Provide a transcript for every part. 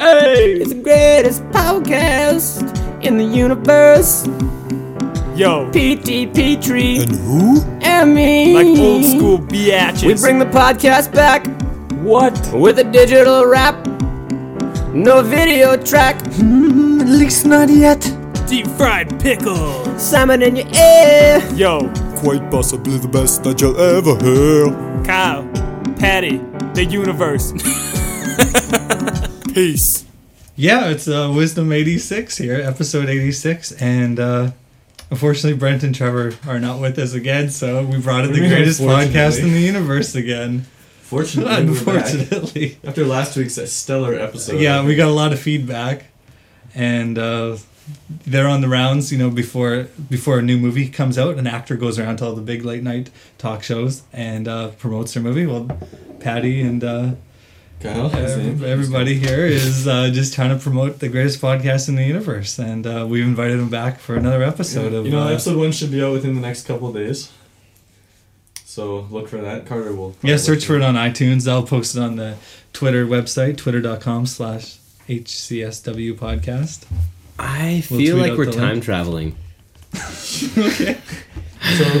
It's the greatest podcast in the universe. Yo, PT Petrie And who? and me. like old school biatches. We bring the podcast back what? with a digital rap. No video track. At least not yet. Deep fried pickles. Simon in your ear. Yo, Quite possibly the best that you'll ever hear. Kyle, Patty, the universe. Peace. Yeah, it's uh, Wisdom 86 here, episode 86. And uh, unfortunately, Brent and Trevor are not with us again, so we brought in the mean, greatest podcast unfortunately? in the universe again. Fortunately, we're back. Unfortunately. After last week's stellar episode, Yeah, we got a lot of feedback. And uh, they're on the rounds, you know, before before a new movie comes out, an actor goes around to all the big late night talk shows and uh, promotes their movie. Well, Patty and uh, Kyle, his name. Ev- Everybody here is uh, just trying to promote the greatest podcast in the universe, and uh, we've invited him back for another episode of. You know, uh, episode one should be out within the next couple of days. So look for that. Carter will. probably yeah, search look for it on iTunes. I'll post it on the Twitter website, twitter.com slash HCSW podcast. I We'll feel tweet like out we're the time link. traveling. So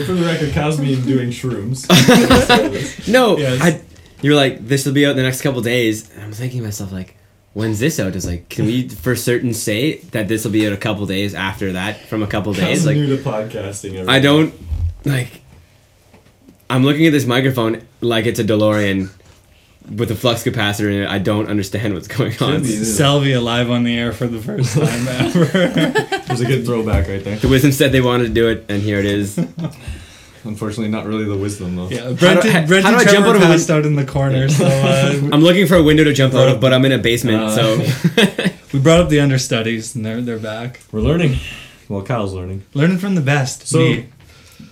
for the record, Kyle's been doing shrooms. No, Yes. I, you're like this will be out in the next couple days. And I'm thinking to myself like, when's this out? It's like, can we for certain say that this will be out a couple days after that from a couple Kyle's days? Like, new to podcasting. Everybody. I don't like. I'm looking at this microphone like it's a DeLorean with a flux capator in it. I don't understand what's going on. be. The Yeah. Salvia live on the air for the first time ever. There's a good throwback right there. wisdom said they wanted to do it, and here it is. Unfortunately, not really the wisdom though. yeah, Brent, do I- and- Brent how and do I jump Trevor out of a passed out in the corner, so uh, I'm looking for a window to jump out of, but I'm in a basement, Uh, so we brought up the understudies, and they're they're back, We're learning. Well, Kyle's learning. learning from the best. So- me.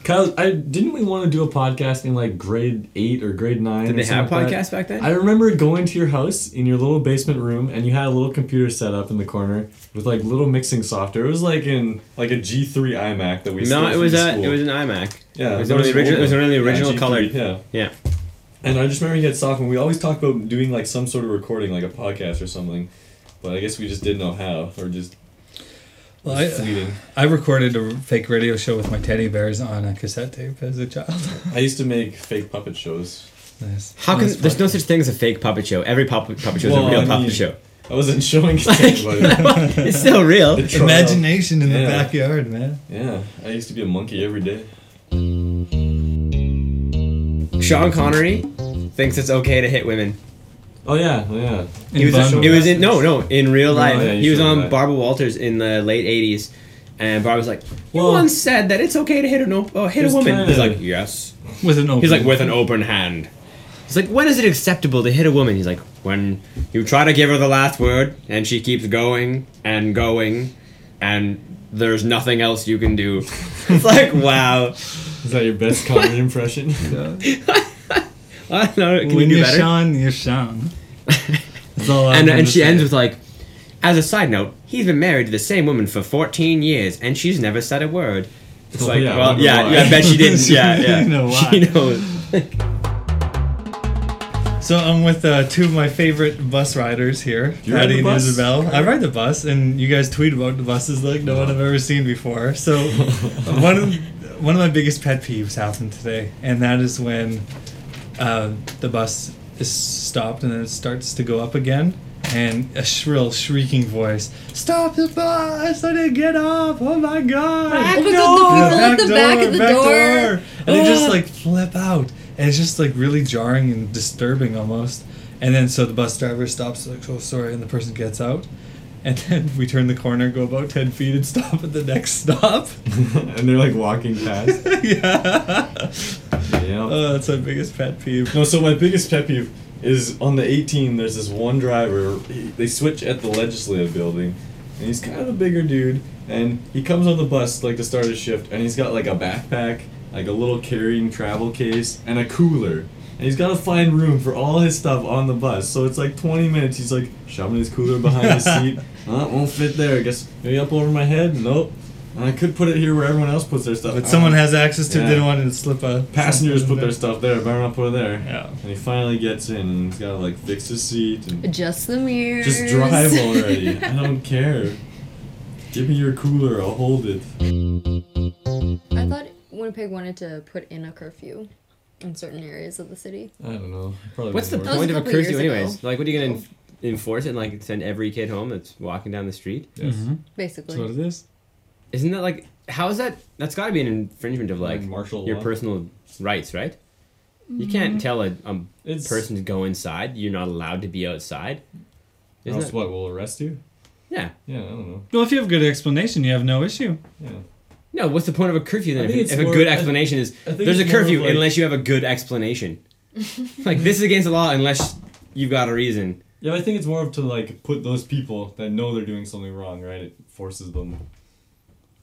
Kyle, I didn't we want to do a podcast in like grade eight or grade nine? did or they have something like that? podcasts back then? I remember going to your house in your little basement room, and you had a little computer set up in the corner with like little mixing software. It was like in like a G three iMac that we. No, stole it from was the a, school. it was an iMac. yeah, it was that one of the original- it was older. one of the original G3, colored. Yeah, Yeah. and I just remember you had software. We always talked about doing like some sort of recording, like a podcast or something, but I guess we just didn't know how, or just Well, I- fleeting. I recorded a fake radio show with my teddy bears on a cassette tape as a child. I used to make fake puppet shows. Nice. How can Nice there's no podcast. such thing as a fake puppet show? Every puppet puppet show Well, is a real I mean- puppet show. I wasn't showing anybody. It's still real. The trial. imagination in Yeah. the backyard, man? Yeah, I used to be a monkey every day. Sean Connery thinks it's okay to hit women. Oh yeah, oh, yeah. He was, Bun- it was in no no in real life. yeah, you he was showed me on that. Barbara Walters in the late '80s, and Barbara was like, "You Well- once said that it's okay to hit a no, oh, hit a He's woman." trying He's to- like, "Yes." with an open. He's like, "With an open hand." He's like, "When is it acceptable to hit a woman?" He's like, "When you try to give her the last word and she keeps going and going, and there's nothing else you can do." it's like, wow. Is that your best comedy impression? I don't know. Can when you do you're better? Sean, you're Sean. That's all I and have and to she say. ends with like, as a side note, he's been married to the same woman for 14 years, and she's never said a word. It's Oh, like, yeah, I well, wonder yeah, why. yeah, I bet she didn't. She Yeah, yeah, didn't know why. she knows. So I'm with uh, two of my favorite bus riders here, You ride Patty the and bus? Isabel. I ride the bus, and you guys tweet about the buses like no one I've ever seen before. So one of one of my biggest pet peeves happened today, and that is when uh, the bus is stopped and then it starts to go up again, and a shrill, shrieking voice, "Stop the bus! I didn't get off! Oh my god! Back Oh my God, the door! people at the back of the door! and they just Ugh. like flip out and it's just like really jarring and disturbing almost and then so the bus driver stops like oh sorry and the person gets out and then we turn the corner go about 10 feet and stop at the next stop and they're like walking past. yeah yeah. oh that's my biggest pet peeve Uh, no, so my biggest pet peeve is on the 18. There's this one driver. He, they switch at the legislative building, and he's kind of a bigger dude. And he comes on the bus like to start his shift, and he's got like a backpack, like a little carrying travel case, and a cooler. And he's got to find room for all his stuff on the bus. So it's like 20 minutes. He's like shoving his cooler behind his seat. Uh, it won't fit there. I guess maybe up over my head. Nope. And I could put it here where everyone else puts their stuff. But I someone don't- has access to it, they Yeah. don't want to slip a. Passengers something put in their stuff there. Better not put it there. Yeah. And he finally gets in and he's gotta like fix his seat and Adjust the mirrors. just drive already. I don't care. Give me your cooler. I'll hold it. I thought Winnipeg wanted to put in a curfew in certain areas of the city. I don't know. Probably What's the wouldn't work. was point a of a couple curfew, years anyways? ago. Like, what are you gonna en- enforce it and like send every kid home that's walking down the street? Yes. Basically. Mm-hmm. That's what it is. Isn't that like how is that? That's got to be an infringement of like Like martial your law? personal rights, right? Mm-hmm. You can't tell a, a It's person to go inside. You're not allowed to be outside. Or Isn't else it? what? We'll arrest you. Yeah. Yeah. I don't know. Well, if you have a good explanation, you have no issue. Yeah. No, what's the point of a curfew I then? If, think it's if a more- good I- explanation is think there's a it's more of curfew like- unless you have a good explanation. like this is against the law unless you've got a reason. Yeah, but I think it's more of to like put those people that know they're doing something wrong, right? It forces them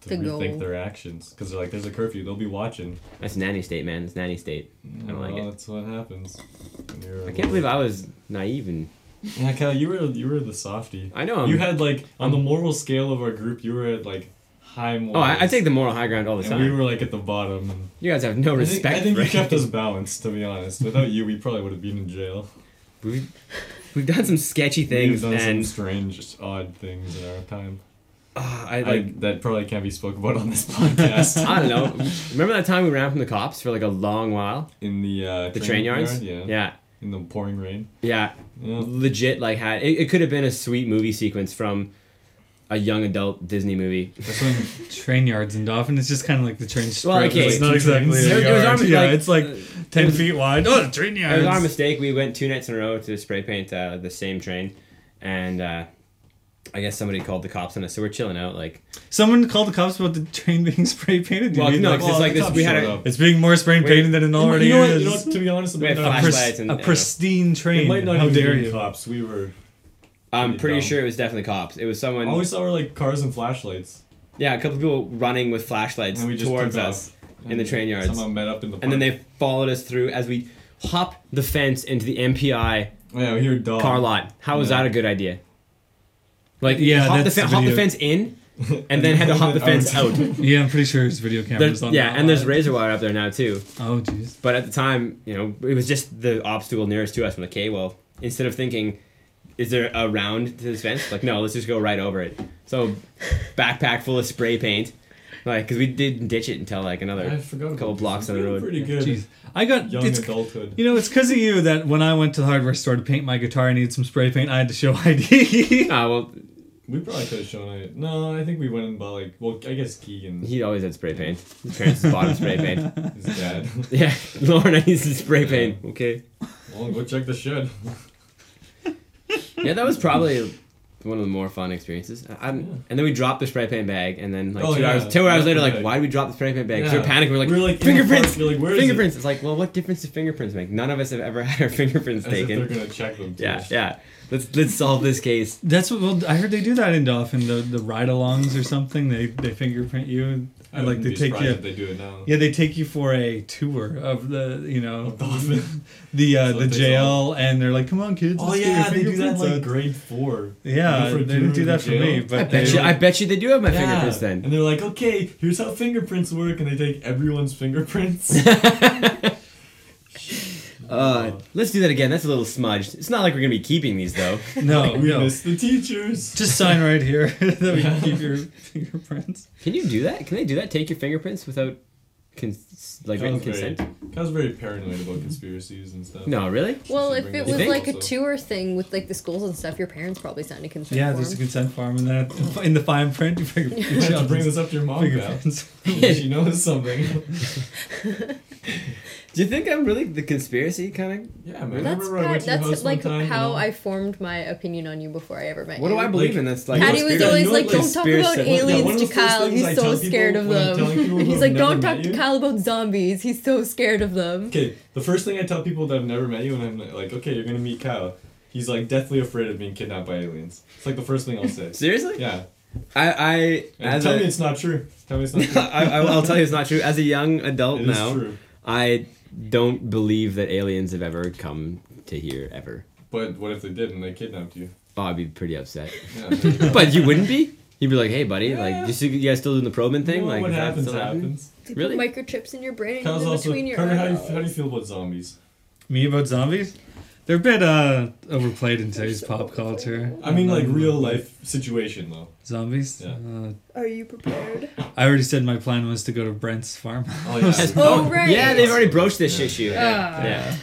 to, To go. rethink their actions because they're like, "There's a curfew. They'll be watching." That's nanny state, man. It's nanny state. I don't like Well, it. That's what happens. when you're a I can't little- believe I was naive and Yeah, Kyle, you were you were the softie. I know, I'm- you had like on the moral scale of our group, you were at like high oh, moral. I, I take the moral high ground all the And time. we were like at the bottom. And you guys have no I think, respect. I think for you kept us balanced, to be honest. Without you, we probably would have been in jail. We've, we've done some sketchy We've things, done and some strange, odd things in our time. uh, I Like like that probably can't be spoke about on this podcast. I don't know. Remember that time we ran from the cops for like a long while? in the uh, The train, yards. yard, yeah. yeah, In the pouring rain. yeah. Yeah. Legit, like had it, it could have been a sweet movie sequence from a young adult Disney movie. That's when train yards in Dauphin is just kind of like the train strip. okay. It's not exactly It a was- it was yard. almost yeah, like- it's like 10 feet wide. Oh, the train It was yards. our mistake. We went two nights in a row to spray paint uh, the same train, and uh, I guess somebody called the cops on us. So we're chilling out, like Someone called the cops about the train being spray painted. You well, mean, no, like, oh, 'cause it's like this. We had a, it's being more spray Wait. painted than it already you know, what, is. you know what, to be honest, We had about a, it, pris- flashlights and- a and- pristine it train. might not How even dare be you? cops. We were. I'm pretty dumb. Oh, sure it was definitely cops. It was someone. All we saw were like cars and flashlights, Yeah, a couple people running with flashlights and we just towards took us, off. in the train yards. Somehow met up in the. and park. then they followed us through as we hop the fence into the MPI Yeah, we hear dog. car lot. How was Oh. Yeah. that a good idea? Like, Yeah, yeah, hop, the, that's fe- the hop the video. fence in, and then had to hop the fence out. Yeah, I'm pretty sure there's video cameras There's, on yeah, that and there's lot. razor wire up there now too. Oh, jeez. But at the time, you know, it was just the obstacle nearest to us. I'm like, okay, well, instead of thinking, is there a round to this fence? Like, no, let's just go right over it. So, backpack full of spray paint, like, because we didn't ditch it until like another I forgot. about couple this. blocks down the We were road. Pretty good. Jeez. I got. Young it's, adulthood. you know, it's because of you that when I went to the hardware store to paint my guitar, I needed some spray paint. I had to show ID. Ah, well, we probably could have shown it. No, I think we went and bought like. Well, I guess Keegan, he always had spray paint. His parents bought him spray paint. his dad. Yeah, Lauren, I used to spray paint. Okay. well, go check the shed. Yeah, that was probably one of the more fun experiences. I- I'm, And then we dropped the spray paint bag, and then like Oh, two yeah. hours, two hours Yeah, later, like right. why did we drop the spray paint bag? 'Cause we Yeah. We're panicking. We're like, We were, like, in the fingerprints, park, we were like, "Where is it?" fingerprints. It's like, well, what difference do fingerprints make? None of us have ever had our fingerprints As if they're taken. gonna check them. too. Yeah, yeah. Let's let's solve this case. That's what. Well, I heard they do that in Dauphin, the the ride-alongs or something. They they fingerprint you. and I like wouldn't they be take surprised you. if They do it now. Yeah, they take you for a tour of the, you know, Dolphin. the uh, So the it takes jail, and they're like, "Come on, kids!" Oh let's get your yeah, they do that in, fingerprints like out." grade four. yeah, Go for they a didn't tour do of that the for jail. me, but I bet they, you, I bet you they do have my Yeah. fingerprints then. And they're like, okay, here's how fingerprints work, and they take everyone's fingerprints. Oh. Uh, let's do that again. That's a little smudged. It's not like we're gonna be keeping these though. no, we no, miss the teachers. just sign right here that we can keep your fingerprints. Can you do that? Can they do that? Take your fingerprints without, cons- like written Kyle's very, consent? Kyle's very paranoid about conspiracies and stuff. No, really. Well, Should if bring it this was up like a also. tour thing with like the schools and stuff, your parents probably signed a consent Yeah, form. there's a consent form, and then at the- in the fine print, you figure You your have to bring children's this up to your mom now. fingerprints. she knows something. Do you think I'm really the conspiracy kind of? Yeah, man. that's Remember uh, I went part, to your that's house like one time, how and- I formed my opinion on you before I ever met What you. do I believe in? That's like. Patty was Conspiracy. You always know like, what, like, "Don't talk about conspiracy- Yeah, one aliens of to the first Kyle. things I He's so tell people scared of when I'm telling them." people who He's have like, never "Don't met talk to you." Kyle about zombies. He's so scared of them." Okay, the first thing I tell people that I've never met you, and I'm like, okay, you're gonna meet Kyle. He's like deathly afraid of being kidnapped by aliens. It's like the first thing I'll say. Seriously? Yeah. I, I, And as tell a, me it's not true. Tell me it's not true. I, I, I'll tell you, it's not true. As a young adult It is now, true. I don't believe that aliens have ever come to here ever. But what if they did and they kidnapped you? Oh, I'd be pretty upset. Yeah, there you go. but you wouldn't be. He'd be like, "Hey, buddy, like, do you, see, you guys still doing the probing thing? You know like, what is that happens still happening?" happens. They Really? put microchips in your brain and Kyle's in also. between your Carter, how do you eyes. how do you feel about zombies? Me about zombies? They're a bit uh, overplayed in today's pop culture. I mean, like real life situation though. Zombies? Yeah. Uh, Are you prepared? I already said my plan was to go to Brent's farm. Oh yeah. Oh, right. Yeah, they've already broached this issue. Ah. Yeah,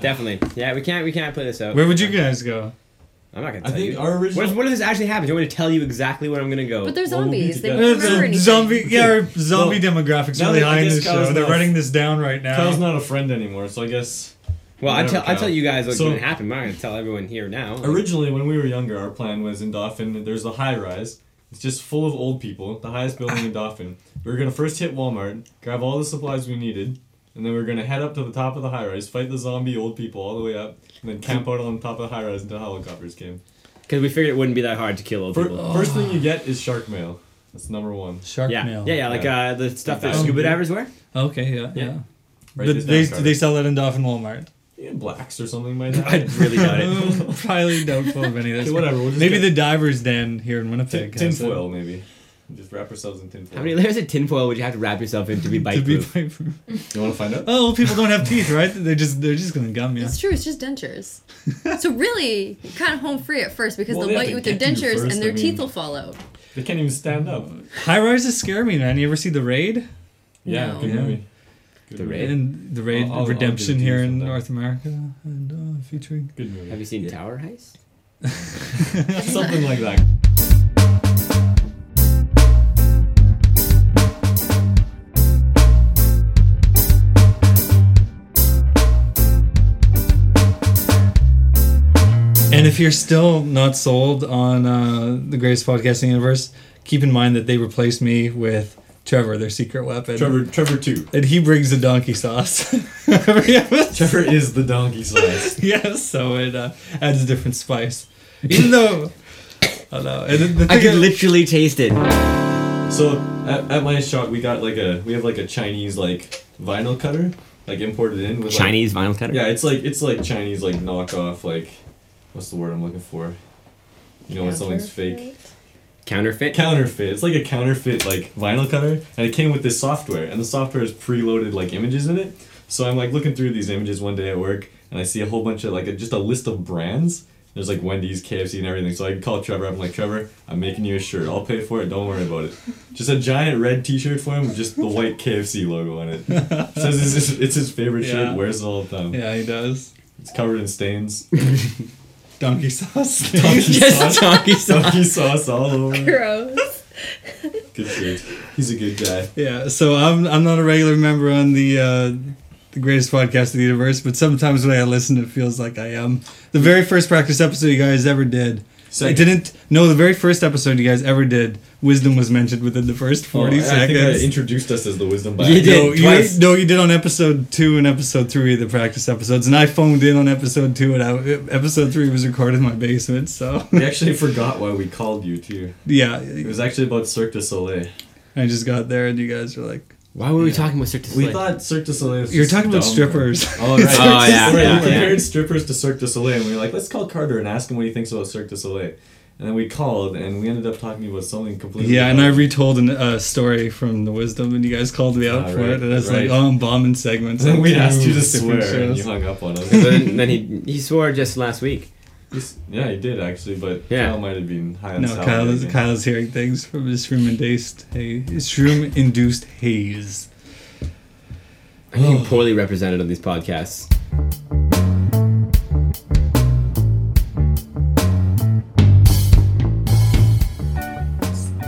definitely. Yeah, we can't we can't play this out. Where would you guys go? I'm not gonna I tell think you. our What original. if, what if this actually happens? You want me to tell you exactly where I'm gonna go? But they're Well, we'll be zombies. They together. don't remember anything. zombie, yeah, our zombie demographics now really that I high in guess this Kyle's show. They're not- writing this down right now. Kyle's not a friend anymore, so I guess well, I tell I Whatever, tell you guys what's So- gonna happen. but I'm not gonna tell everyone here now. Originally, when we were younger, our plan was in Dauphin. that There's a high rise. It's just full of old people. The highest building in Dauphin. We were gonna first hit Walmart, grab all the supplies we needed, and then we were gonna head up to the top of the high rise, fight the zombie old people all the way up, and then camp out on top of the high rise until helicopters came. because we figured it wouldn't be that hard to kill old Fir- people. First thing you get is shark mail. That's number one. Shark yeah. mail. yeah, yeah, like uh, the stuff that Oh, scuba yeah. divers wear. Okay, yeah, yeah. Right The- this they, down, Carter. they sell that in Dauphin Walmart. You get blacks or something might happen. I really doubt it. Probably doubtful of any of this. Okay, whatever, we'll just Maybe get- the diver's den here in Winnipeg. has it. Tinfoil maybe. Just wrap ourselves in tinfoil. How many layers of tinfoil would you have to wrap yourself in to be To bite be proof? paper. you want to find out? Oh, well, people don't have teeth, right? They just they're just gonna gum you. It's true. It's just dentures. so really, you're kind of home free at first because Well, they they'll have bite to you with their get you dentures first, and their I mean- teeth will fall out. They can't even stand up. High rises scare me, man. You ever see The Raid? Yeah, No. good Yeah. movie. Good The movie. Raid? And The Raid I'll- I'll- I'll Redemption give it to here you in sometime. North America, and uh, featuring Good movie. Have you seen Tower Heist? Something like that. And if you're still not sold on uh, the greatest podcasting universe, keep in mind that they replaced me with Trevor, their secret weapon. Trevor, Trevor two. And he brings the donkey sauce. Every episode. Trevor is the donkey slice. Yes, so it uh, adds a different spice. Even though. I know. And the, the thing I could is- literally taste it. so at, at my shop, we got like a we have like a Chinese like vinyl cutter, like imported in with like- Chinese vinyl cutter. yeah, it's like it's like Chinese like knockoff like, what's the word I'm looking for? You know when something's fake. Counterfeit. Counterfeit. It's like a counterfeit like vinyl cutter, and it came with this software, and the software is preloaded like images in it. So I'm like looking through these images one day at work, and I see a whole bunch of like a, just a list of brands. There's like Wendy's, KFC, and everything. So I call Trevor up. I'm like, Trevor, I'm making you a shirt. I'll pay for it. Don't worry about it. Just a giant red T-shirt for him with just the white KFC logo on it. Says it's his, it's his favorite Yeah. shirt. Wears it all the time. Yeah, he does. It's covered in stains. Donkey sauce. Just donkey sauce. Donkey sauce all over. Gross. Good shit. He's a good guy. Yeah, so I'm I'm not a regular member on the uh, the greatest podcast of the universe, but sometimes when I listen, it feels like I am. The very first practice episode you guys ever did. I Second. didn't. No, the very first episode you guys ever did, wisdom was mentioned within the first forty Oh, I- I think I seconds. introduced us as the wisdom You bag. did. no, you, twice. no, you did on episode two and episode three of the practice episodes, and I phoned in on episode two, and I, episode three was recorded in my basement. So We actually forgot why we called you too. yeah, It was actually about Cirque du Soleil. I just got there, and you guys were like, Why were we talking about Cirque du We Soleil? thought Cirque du Soleil. Was "You're just talking about dumb. strippers." Oh, right. Oh, yeah, Right, yeah, we compared yeah. strippers to Cirque du Soleil, and we were like, let's call Carter and ask him what he thinks about Cirque du Soleil. And then we called, and we ended up talking about something completely. Yeah, and I different. retold a uh, story from the wisdom, and you guys called me out Ah, for right, it, and I was right. like, "Oh, I'm bombing segments." And on then we two asked you to different swear, and you shows. hung up on us. then, then he he swore just last week. Just- yeah, he did actually, but Yeah. Kyle might have been high on No, sour Kyle is, again. Kyle is hearing things from his shroom-induced haze. His shroom-induced haze. I'm being poorly represented on these podcasts.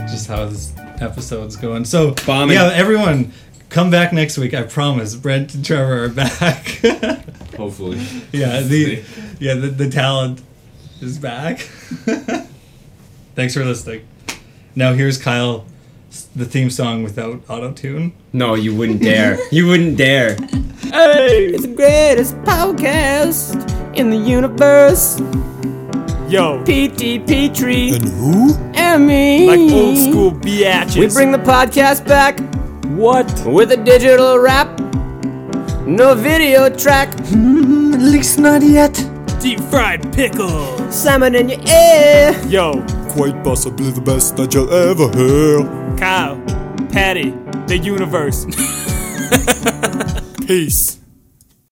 Just how this episode's going. So, Bombing. yeah, everyone, come back next week. I promise. Brent and Trevor are back. Hopefully. yeah, the yeah the, the talent is back. Thanks for listening. Now here's Kyle, s- the theme song without auto tune. No, you wouldn't dare. you wouldn't dare. It's the greatest podcast in the universe. Yo, PT Petrie And who? and me. like old school biatches. We bring the podcast back what? with a digital rap. No video track. at least not yet. Deep fried pickles. Salmon in your ear. Yo, Quite possibly the best that you'll ever hear. Kyle, Patty, the universe. Peace.